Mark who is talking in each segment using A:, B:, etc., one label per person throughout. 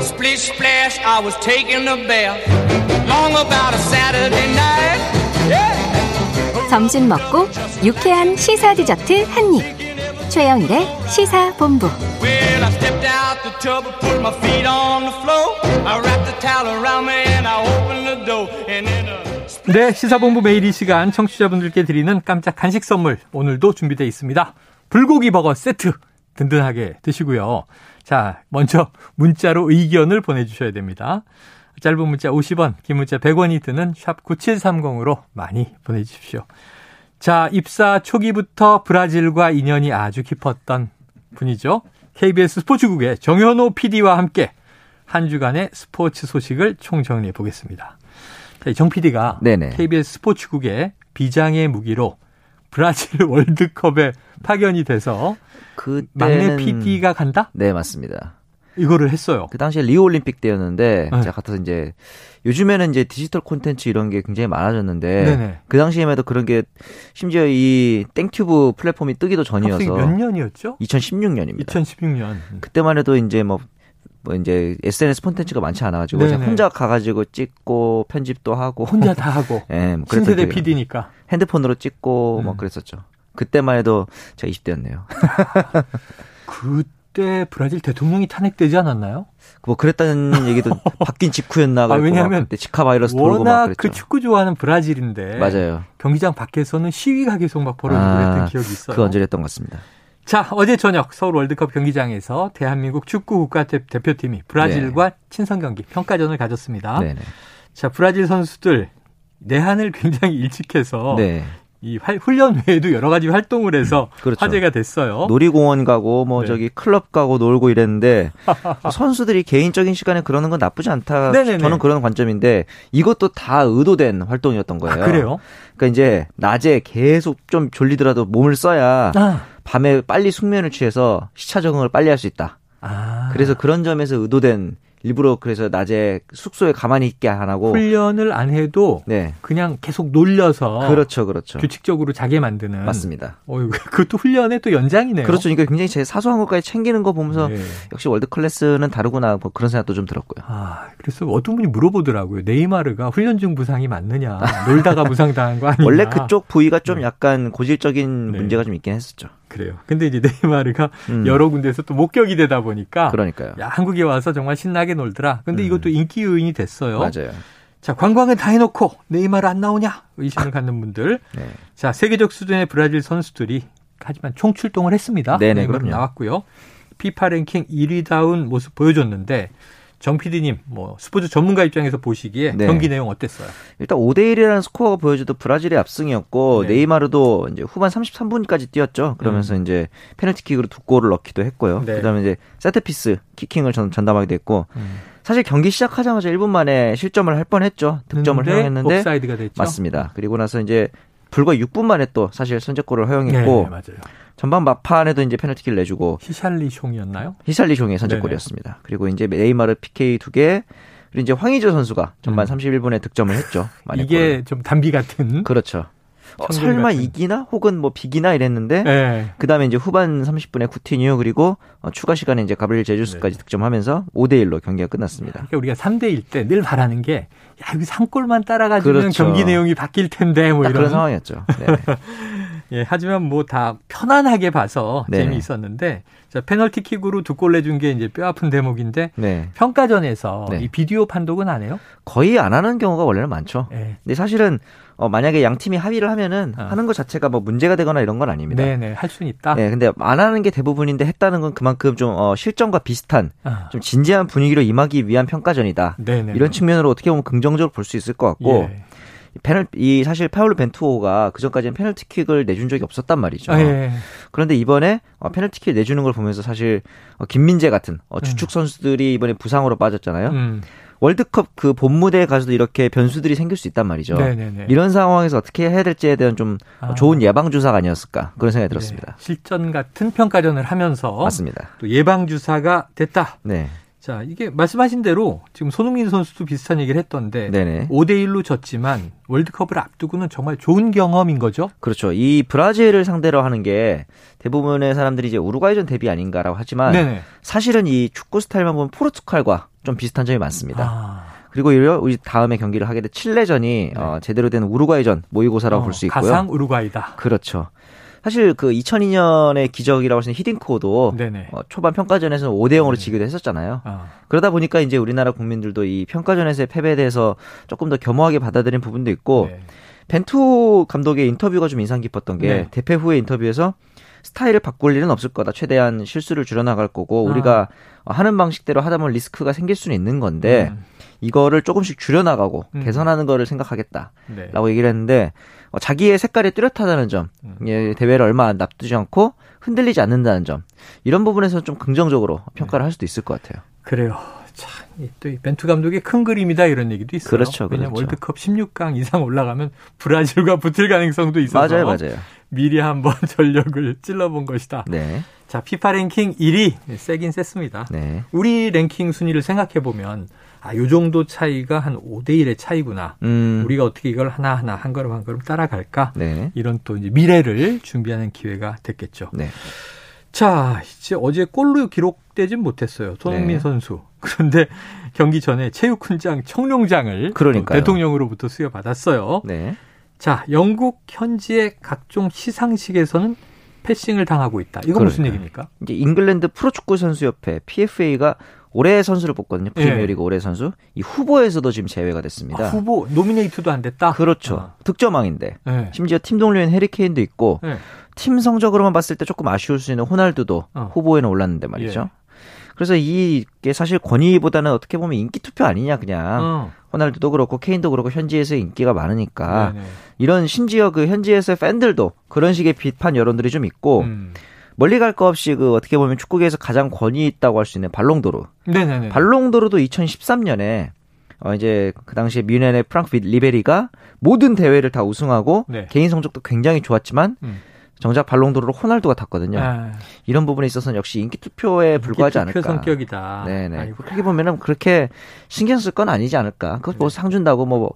A: Splish splash, I was taking a bath. Long about a Saturday night.
B: 점심 먹고 유쾌한 시사 디저트 한 입. 최영일의 시사 본부.
A: Well, I stepped out the tub, put my feet on the floor. I wrapped the towel around me and I opened the door. And then a
C: 네, 시사본부 매일 이 시간 청취자분들께 드리는 깜짝 간식 선물 오늘도 준비되어 있습니다. 불고기 버거 세트 든든하게 드시고요. 자, 먼저 문자로 의견을 보내주셔야 됩니다. 짧은 문자 50원, 긴 문자 100원이 드는 샵 9730으로 많이 보내주십시오. 자, 입사 초기부터 브라질과 인연이 아주 깊었던 분이죠. KBS 스포츠국의 정현호 PD와 함께 한 주간의 스포츠 소식을 총정리해 보겠습니다. 자, 이정 PD가
D: 네네.
C: KBS 스포츠국의 비장의 무기로 브라질 월드컵에 파견이 돼서
D: 그때는
C: 막내 PD가 간다?
D: 네 맞습니다.
C: 이거를 했어요.
D: 그 당시에 리오 올림픽 때였는데
C: 네.
D: 제가 가서 이제 요즘에는 이제 디지털 콘텐츠 이런 게 굉장히 많아졌는데
C: 네네.
D: 그 당시에만 해도 그런 게 심지어 이 땡튜브 플랫폼이 뜨기도
C: 합숙이
D: 전이어서
C: 몇 년이었죠?
D: 2016년입니다.
C: 2016년.
D: 그때만 해도 이제 뭐, 뭐 이제 SNS 콘텐츠가 많지 않아가지고
C: 네네.
D: 그냥 혼자 가가지고 찍고 편집도 하고
C: 혼자 다 하고.
D: 예, 뭐 그랬던
C: 신세대
D: 기억이
C: PD니까.
D: 나요. 핸드폰으로 찍고 뭐
C: 음.
D: 그랬었죠. 그때만 해도 제가 20대였네요.
C: 그때 브라질 대통령이 탄핵되지 않았나요?
D: 뭐 그랬다는 얘기도 바뀐 직후였나 그랬고
C: 아, 왜냐면
D: 막 그때 지카 바이러스 돌고 막
C: 워낙
D: 그랬죠.
C: 그 축구 좋아하는 브라질인데.
D: 맞아요. 아,
C: 경기장 밖에서는 시위가 계속 막 벌어지고 그랬던 기억이 있어요.
D: 그 언제였던 것 같습니다.
C: 자, 어제 저녁 서울 월드컵 경기장에서 대한민국 축구 국가 대- 대표팀이 브라질과 친선 경기 평가전을 가졌습니다.
D: 네. 네네.
C: 자, 브라질 선수들 내한을 굉장히 일찍 해서
D: 네.
C: 이 활- 훈련 외에도 여러 가지 활동을 해서
D: 그렇죠.
C: 화제가 됐어요.
D: 놀이공원 가고 뭐
C: 네.
D: 저기 클럽 가고 놀고 이랬는데 선수들이 개인적인 시간에 그러는 건 나쁘지 않다.
C: 네네네.
D: 저는 그런 관점인데 이것도 다 의도된 활동이었던
C: 아,
D: 거예요.
C: 그래요?
D: 그러니까 이제 낮에 계속 좀 졸리더라도 몸을 써야
C: 아.
D: 밤에 빨리 숙면을 취해서 시차 적응을 빨리 할 수 있다.
C: 아.
D: 그래서 그런 점에서 의도된 일부러 그래서 낮에 숙소에 가만히 있게 안 하고
C: 훈련을 안 해도
D: 네.
C: 그냥 계속 놀려서
D: 그렇죠. 그렇죠.
C: 규칙적으로 자게 만드는
D: 맞습니다.
C: 어, 그것도 훈련의 또 연장이네요.
D: 그렇죠. 그러니까 굉장히 제 사소한 것까지 챙기는 거 보면서
C: 네.
D: 역시 월드 클래스는 다르구나 뭐 그런 생각도 좀 들었고요.
C: 아, 그래서 어떤 분이 물어보더라고요. 네이마르가 훈련 중 부상이 맞느냐. 놀다가 부상당한 거 아니냐.
D: 원래 그쪽 부위가 좀 약간 고질적인
C: 네.
D: 문제가 좀 있긴 했었죠.
C: 그래요. 근데 이제 네이마르가
D: 음.
C: 여러 군데서 또 목격이 되다 보니까
D: 그러니까요.
C: 아, 야, 한국에 와서 정말 신나게 놀더라. 근데
D: 음.
C: 이것도 인기 요인이 됐어요.
D: 맞아요.
C: 자, 관광은 다 해놓고 네이마르 안 나오냐? 의심을 갖는 분들.
D: 아. 네.
C: 자, 세계적 수준의 브라질 선수들이 하지만 총출동을 했습니다.
D: 네네,
C: 네이마르
D: 그럼요.
C: 나왔고요. 피파 랭킹 1위다운 모습 보여줬는데 정 PD님 뭐 스포츠 전문가 입장에서 보시기에
D: 네.
C: 경기 내용 어땠어요?
D: 일단 5대 1이라는 스코어가 보여줘도 브라질의 압승이었고
C: 네. 음.
D: 네. 이마르도 이제 후반 33분까지 뛰었죠. 그러면서 이제 페널티킥으로 두 골을 넣기도 했고요.
C: 네.
D: 그다음에 이제 세트피스 키킹을 전, 담하게 됐고
C: 음.
D: 사실 경기 시작하자마자 1분 만에 실점을 할 뻔했죠. 득점을
C: 근데 음,
D: 허용했는데
C: 네. 옵사이드가 됐죠.
D: 맞습니다. 그리고 나서 이제 불과 6분 만에 또 사실 선제골을 허용했고
C: 네, 맞아요.
D: 전반 막판에도 이제 페널티킥을 내주고
C: 히샬리 총이었나요?
D: 히살리 종의 선제골이었습니다. 그리고 이제 네이마르 PK 두 개, 그리고 이제 황의조 선수가 전반 31분에 득점을 했죠.
C: 음.
D: 만의
C: 이게
D: 골을.
C: 좀 담비 같은.
D: 그렇죠. 어,
C: 천금
D: 설마
C: 같은.
D: 이기나 혹은 뭐 비기나 이랬는데
C: 네.
D: 그다음에 이제 후반 30분에 쿠티뉴 그리고 어, 추가 시간에 이제 가브리엘
C: 네.
D: 제주스까지 득점하면서 5대 1로 경기가 끝났습니다.
C: 그러니까 우리가 3대1 때 늘 바라는 게, 야, 여기 3골만 따라가주면
D: 그렇죠.
C: 경기 내용이 바뀔 텐데, 뭐
D: 딱 그런
C: 이런.
D: 상황이었죠. 네.
C: 예, 하지만 뭐 다 편안하게 봐서
D: 네.
C: 재미있었는데, 자, 페널티킥으로 두 골 내준 게 이제 뼈 아픈 대목인데,
D: 네.
C: 평가전에서
D: 네.
C: 이 비디오 판독은 안 해요?
D: 거의 안 하는 경우가 원래는 많죠.
C: 네.
D: 근데 사실은 어, 만약에 양 팀이 합의를 하면은
C: 아.
D: 하는 것 자체가 뭐 문제가 되거나 이런 건 아닙니다.
C: 네네, 할 수는 있다.
D: 네, 근데 안 하는 게 대부분인데 했다는 건 그만큼 좀 어, 실전과 비슷한
C: 아.
D: 좀 진지한 분위기로 임하기 위한 평가전이다.
C: 네네.
D: 이런 측면으로 어떻게 보면 긍정적으로 볼 수 있을 것 같고
C: 예.
D: 페널 이 사실 파울로 벤투호가 그 전까지는 페널티킥을 내준 적이 없었단 말이죠.
C: 아, 예.
D: 그런데 이번에 어, 페널티킥 내주는 걸 보면서 사실 어, 김민재 같은 어, 주축 선수들이 이번에 부상으로 빠졌잖아요.
C: 음.
D: 월드컵 그 본무대에 가서도 이렇게 변수들이 생길 수 있단 말이죠.
C: 네네네.
D: 이런 상황에서 어떻게 해야 될지에 대한 좀 어,
C: 아.
D: 좋은 예방 주사가 아니었을까 그런 생각이
C: 네. 어?
D: 들었습니다.
C: 실전 같은 평가전을 하면서
D: 맞습니다.
C: 또 예방주사가 됐다.
D: 네.
C: 자, 이게 말씀하신 대로 지금 손흥민 선수도 비슷한 얘기를 했던데
D: 네네.
C: 5대 1로 졌지만 월드컵을 앞두고는 정말 좋은 경험인 거죠.
D: 그렇죠. 이 브라질을 상대로 하는 게 대부분의 사람들이 이제 우루과이전 대비 아닌가라고 하지만
C: 네네.
D: 사실은 이 축구 스타일만 보면 포르투갈과 좀 비슷한 점이 많습니다.
C: 아,
D: 그리고 오히려 우리 다음에 경기를 하게 될 칠레전이 어, 제대로 된 우루과이전 모의고사라고
C: 네. 어,
D: 볼 수 있고요.
C: 가상 우루과이다.
D: 그렇죠. 사실 그 2002년의 기적이라고 하시는 히딩코도
C: 네네. 네.
D: 어, 초반 평가전에서는 5대 0으로 지기도 했었잖아요.
C: 아,
D: 그러다 보니까 이제 우리나라 국민들도 이 평가전에서의 패배에 대해서 조금 더 겸허하게 받아들인 부분도 있고
C: 네.
D: 벤투 감독의 인터뷰가 좀 인상 깊었던 게
C: 네.
D: 대패 후의 인터뷰에서 스타일을 바꿀 일은 없을 거다. 최대한 실수를 줄여나갈 거고
C: 아.
D: 우리가 하는 방식대로 하다 보면 리스크가 생길 수는 있는 건데
C: 음,
D: 이거를 조금씩 줄여나가고
C: 음.
D: 개선하는 거를 생각하겠다.
C: 네. 음.
D: 라고 얘기를 했는데 어, 자기의 색깔이 뚜렷하다는 점, 예, 대회를 얼마 납두지 않고 흔들리지 않는다는 점 이런 부분에서 좀 긍정적으로
C: 네.
D: 평가를 할 수도 있을 것 같아요.
C: 그래요. 참, 이또이 벤투 감독의 큰 그림이다 이런 얘기도 있어요.
D: 그렇죠,
C: 왜냐면
D: 그렇죠.
C: 월드컵 16강 이상 올라가면 브라질과 붙을 가능성도 있어서
D: 맞아요, 맞아요.
C: 미리 한번 전력을 찔러본 것이다.
D: 네,
C: 자, 피파 랭킹 1위 네, 세긴 셌습니다.
D: 네,
C: 우리 랭킹 순위를 생각해 보면 아, 요 정도 차이가 한 5대 1의 차이구나.
D: 음,
C: 우리가 어떻게 이걸 하나하나 한 걸음 한 걸음 따라갈까?
D: 네,
C: 이런 또 이제 미래를 준비하는 기회가 됐겠죠.
D: 네,
C: 자, 이제 어제 골로 기록되진 못했어요. 손흥민
D: 네.
C: 선수. 그런데 경기 전에 체육훈장 청룡장을
D: 그러니까요.
C: 대통령으로부터 수여받았어요.
D: 네.
C: 자, 영국 현지의 각종 시상식에서는 패싱을 당하고 있다. 이거 무슨
D: 그러니까요.
C: 얘기입니까?
D: 이제 잉글랜드 프로축구 선수협회 PFA가 올해 선수를 뽑거든요. 프리미어리그 올해 선수 이 후보에서도 지금
C: 예.
D: 제외가
C: 아,
D: 됐습니다.
C: 후보 노미네이트도 안 됐다.
D: 그렇죠.
C: 아,
D: 득점왕인데
C: 네.
D: 심지어 팀 동료인 해리케인도 있고
C: 네.
D: 팀 성적으로만 봤을 때 조금 아쉬울 수 있는 호날두도
C: 어. 예.
D: 후보에는 올랐는데 말이죠. 그래서 이게 사실 권위보다는 어떻게 보면 인기 투표 아니냐 그냥
C: 어.
D: 호날두도 그렇고 케인도 그렇고 현지에서 인기가 많으니까
C: 네네.
D: 이런 심지어 그 현지에서의 팬들도 그런 식의 비판 여론들이 좀 있고
C: 음.
D: 멀리 갈 거 없이 그 어떻게 보면 축구계에서 가장 권위 있다고 할 수 있는 발롱도르
C: 네네네.
D: 발롱도르도 2013년에 어 이제 그 당시에 뮌헨의 프랑크 빗 리베리가 모든 대회를 다 우승하고
C: 네.
D: 개인 성적도 굉장히 좋았지만
C: 음.
D: 정작 발롱도르로 호날두가 탔거든요.
C: 아,
D: 이런 부분에 있어서는 역시 인기 투표에 불과하지
C: 이게 투표
D: 않을까.
C: 성격이다.
D: 네네.
C: 아이고,
D: 그렇게 보면은 그렇게 신경 쓸 건 아니지 않을까. 그거
C: 네.
D: 뭐 상 준다고 뭐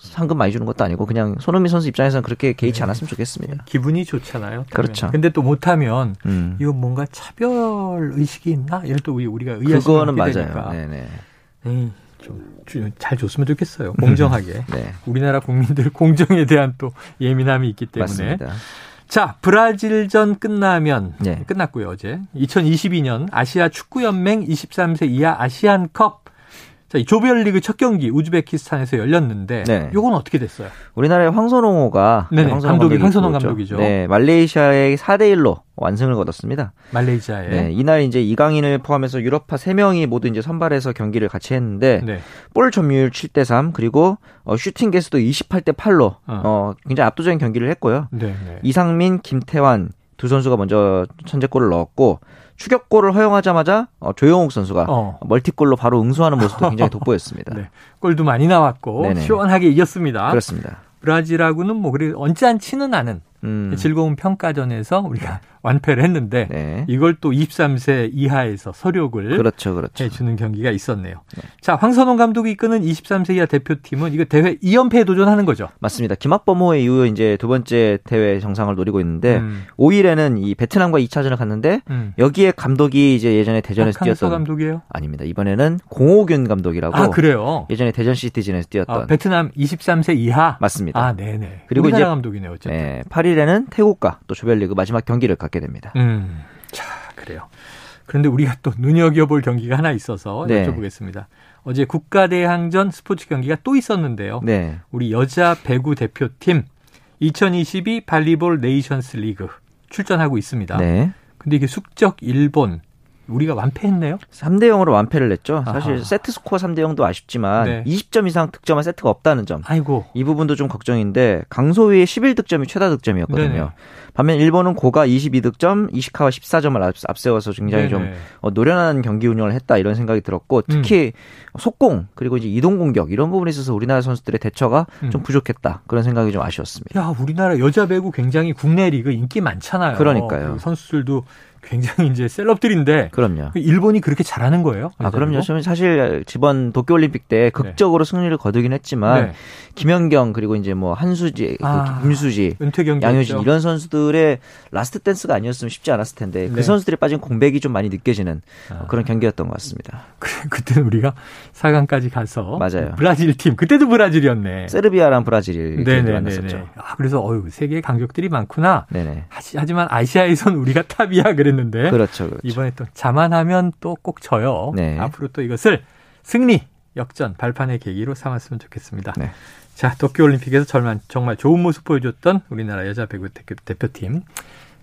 D: 상금 많이 주는 것도 아니고 그냥 손흥민 선수 입장에서는 그렇게
C: 네.
D: 개의치 않았으면 좋겠습니다.
C: 기분이 좋잖아요. 타면.
D: 그렇죠.
C: 근데 또 못하면
D: 음.
C: 이거 뭔가 차별 의식이 있나? 이럴 또 우리- 우리가 의아심을
D: 그거는
C: 갖게
D: 맞아요.
C: 되니까.
D: 네네.
C: 에이, 좀, 주- 잘 줬으면 좋겠어요. 공정하게.
D: 네.
C: 우리나라 국민들 공정에 대한 또 예민함이 있기 때문에.
D: 맞습니다.
C: 자, 브라질전 끝나면
D: 네.
C: 끝났고요, 어제. 2022년 아시아 축구 연맹 23세 이하 아시안컵 자, 이 조별리그 첫 경기 우즈베키스탄에서 열렸는데
D: 네.
C: 요건 어떻게 됐어요?
D: 우리나의 황선홍호가
C: 네네. 감독이
D: 감독이
C: 황선홍
D: 있고
C: 감독이죠.
D: 네, 말레이시아의 4대 1로 완승을 거뒀습니다.
C: 말레이시아에.
D: 네, 이날 이제 이강인을 포함해서 유럽파 3명이 모두 이제 선발해서 경기를 같이 했는데
C: 네.
D: 볼 점유율 7대 3 그리고 어, 슈팅 개수도 28대 8로
C: 어.
D: 굉장히 압도적인 경기를 했고요.
C: 네, 네.
D: 이상민, 김태환 두 선수가 먼저 선제골을 넣었고 추격골을 허용하자마자 어, 조영욱 선수가
C: 어.
D: 멀티골로 바로 응수하는 모습도 굉장히 돋보였습니다.
C: 네. 골도 많이 나왔고
D: 네네.
C: 시원하게 이겼습니다.
D: 그렇습니다.
C: 브라질하고는 뭐 그리 언짢지는 않은
D: 음,
C: 즐거운 평가전에서 우리가 완패를 했는데
D: 네,
C: 이걸 또 23세 이하에서 서력을
D: 그렇죠, 그렇죠.
C: 해주는 경기가 있었네요. 자, 황선홍 감독이 이끄는 23세 이하 대표팀은 이거 대회 2연패에 도전하는 거죠.
D: 맞습니다. 김학범호의 이후 이제 두 번째 대회 정상을 노리고 있는데
C: 음.
D: 5일에는 이 베트남과 2차전을 갔는데
C: 음.
D: 여기에 감독이 이제 예전에 대전에서
C: 박항서
D: 뛰었던
C: 감독이에요.
D: 아닙니다. 이번에는 공호균 감독이라고
C: 아, 그래요.
D: 예전에 대전 시티즌에서 뛰었던
C: 아, 베트남 23세 이하.
D: 맞습니다.
C: 아, 네네.
D: 그리고
C: 그리고 우리나라
D: 이제-
C: 감독이네요, 어쨌든.
D: 네, 8일에는 태국과 또 조별리그 마지막 경기를 갖게 됩니다.
C: 음, 자, 그래요. 그런데 우리가 또 눈여겨볼 경기가 하나 있어서
D: 네.
C: 여쭤보겠습니다. 어제 국가대항전 스포츠 경기가 또 있었는데요.
D: 네.
C: 우리 여자 배구 대표팀 2022 발리볼 네이션스 리그 출전하고 있습니다.
D: 네.
C: 근데 이게 숙적 일본 우리가 완패했네요.
D: 3대 0으로 완패를 냈죠. 사실
C: 아하.
D: 세트 스코어 3대 0도 아쉽지만
C: 네.
D: 20점 이상 득점한 세트가 없다는 점.
C: 아이고.
D: 이 부분도 좀 걱정인데 강소희의 11득점이 최다 득점이었거든요.
C: 네네.
D: 반면 일본은 고가 22득점, 이시카와 14점을 앞세워서 굉장히 좀
C: 네네. 음.
D: 어, 노련한 경기 운영을 했다 이런 생각이 들었고 특히 속공 그리고 이제 이동 공격 이런 부분에 있어서 우리나라 선수들의 대처가
C: 음.
D: 좀 부족했다 그런 생각이 좀 아쉬웠습니다.
C: 야, 우리나라 여자 배구 굉장히 국내 리그 인기 많잖아요.
D: 그러니까요.
C: 그리고 선수들도 굉장히 이제 셀럽들인데
D: 그럼요.
C: 일본이 그렇게 잘하는 거예요?
D: 아, 그럼요. 저는 사실 지번 도쿄올림픽 때 극적으로 승리를 거두긴 했지만
C: 네.
D: 김연경 그리고 이제 뭐 한수지, 그
C: 아,
D: 김수지,
C: 은퇴 경기
D: 양효진 이런 선수들의 라스트 댄스가 아니었으면 쉽지 않았을 텐데 그
C: 네. 아.
D: 선수들이 빠진 공백이 좀 많이 느껴지는 그런 경기였던 것 같습니다.
C: 그때 우리가 4강까지 가서
D: 맞아요.
C: 브라질 팀 그때도 브라질이었네.
D: 세르비아랑 브라질이 이렇게
C: 네네네네.
D: 만났었죠.
C: 아, 그래서 어유 세계 강력들이 많구나.
D: 네네.
C: 하시- 하지만 아시아에선 우리가 탑이야 그랬는데
D: 그렇죠. 그렇죠.
C: 이번에 또 자만하면 또 꼭 져요.
D: 네.
C: 앞으로 또 이것을 승리 역전 발판의 계기로 삼았으면 좋겠습니다.
D: 네.
C: 자 도쿄올림픽에서 절만 정말 좋은 모습 보여줬던 우리나라 여자 배구 대- 대표팀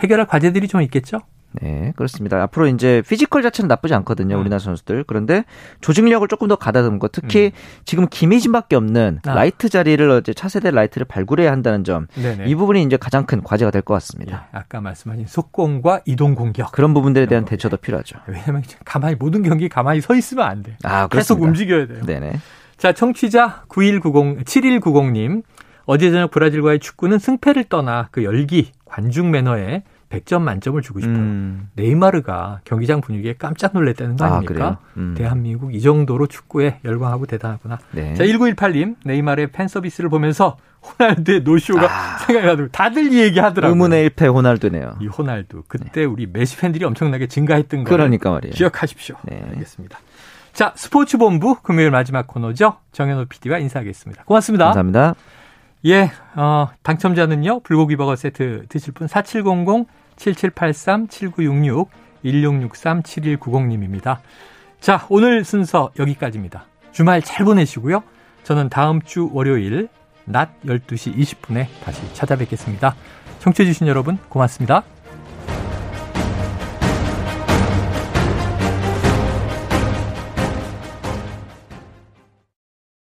C: 해결할 과제들이 좀 있겠죠?
D: 네, 그렇습니다. 앞으로 이제 피지컬 자체는 나쁘지
C: 음.
D: 않거든요. 우리나라 선수들. 그런데 조직력을 조금 더 가다듬고 특히 지금 김희진밖에 없는
C: 음. 아.
D: 라이트 자리를 이제 차세대 라이트를 발굴해야 한다는 점.
C: 네네.
D: 이 부분이 이제 가장 큰 과제가 될 것
C: 예,
D: 같습니다.
C: 아까 말씀하신 속공과 이동 공격.
D: 그런 부분들에 대한 대처도 필요하죠.
C: 아, 왜냐면 가만히 모든 경기 가만히 서 있으면 안 돼.
D: 아,
C: 계속
D: 그렇습니다.
C: 움직여야 돼요.
D: 네네.
C: 자, 청취자 9190 7190님 어제 저녁 브라질과의 축구는 승패를 떠나 그 열기, 관중 매너에 100점 만점을 주고 싶어요.
D: 음.
C: 네이마르가 경기장 분위기에 깜짝 놀랐다는 거
D: 아,
C: 아닙니까?
D: 그래요? 음.
C: 대한민국 이 정도로 축구에 열광하고 대단하구나.
D: 네.
C: 자, 1918님, 네이마르의 팬 서비스를 보면서 호날두의 노쇼가 생각이 나더라고요. 다들 이 얘기 하더라고요.
D: 아. 의문의 1패 호날두네요.
C: 이 호날두. 그때 우리 메시 팬들이 엄청나게 증가했던 거.
D: 그러니까 말이에요.
C: 기억하십시오.
D: 네.
C: 알겠습니다. 자, 스포츠 본부 금요일 마지막 코너죠. 정현호 PD와 인사하겠습니다. 고맙습니다.
D: 감사합니다.
C: 예, 어, 당첨자는요. 불고기 버거 세트 드실 분 4700-7783-7966-1663-7190님입니다. 자, 오늘 순서 여기까지입니다. 주말 잘 보내시고요. 저는 다음 주 월요일 낮 12시 20분에 다시 찾아뵙겠습니다. 청취해주신 여러분 고맙습니다.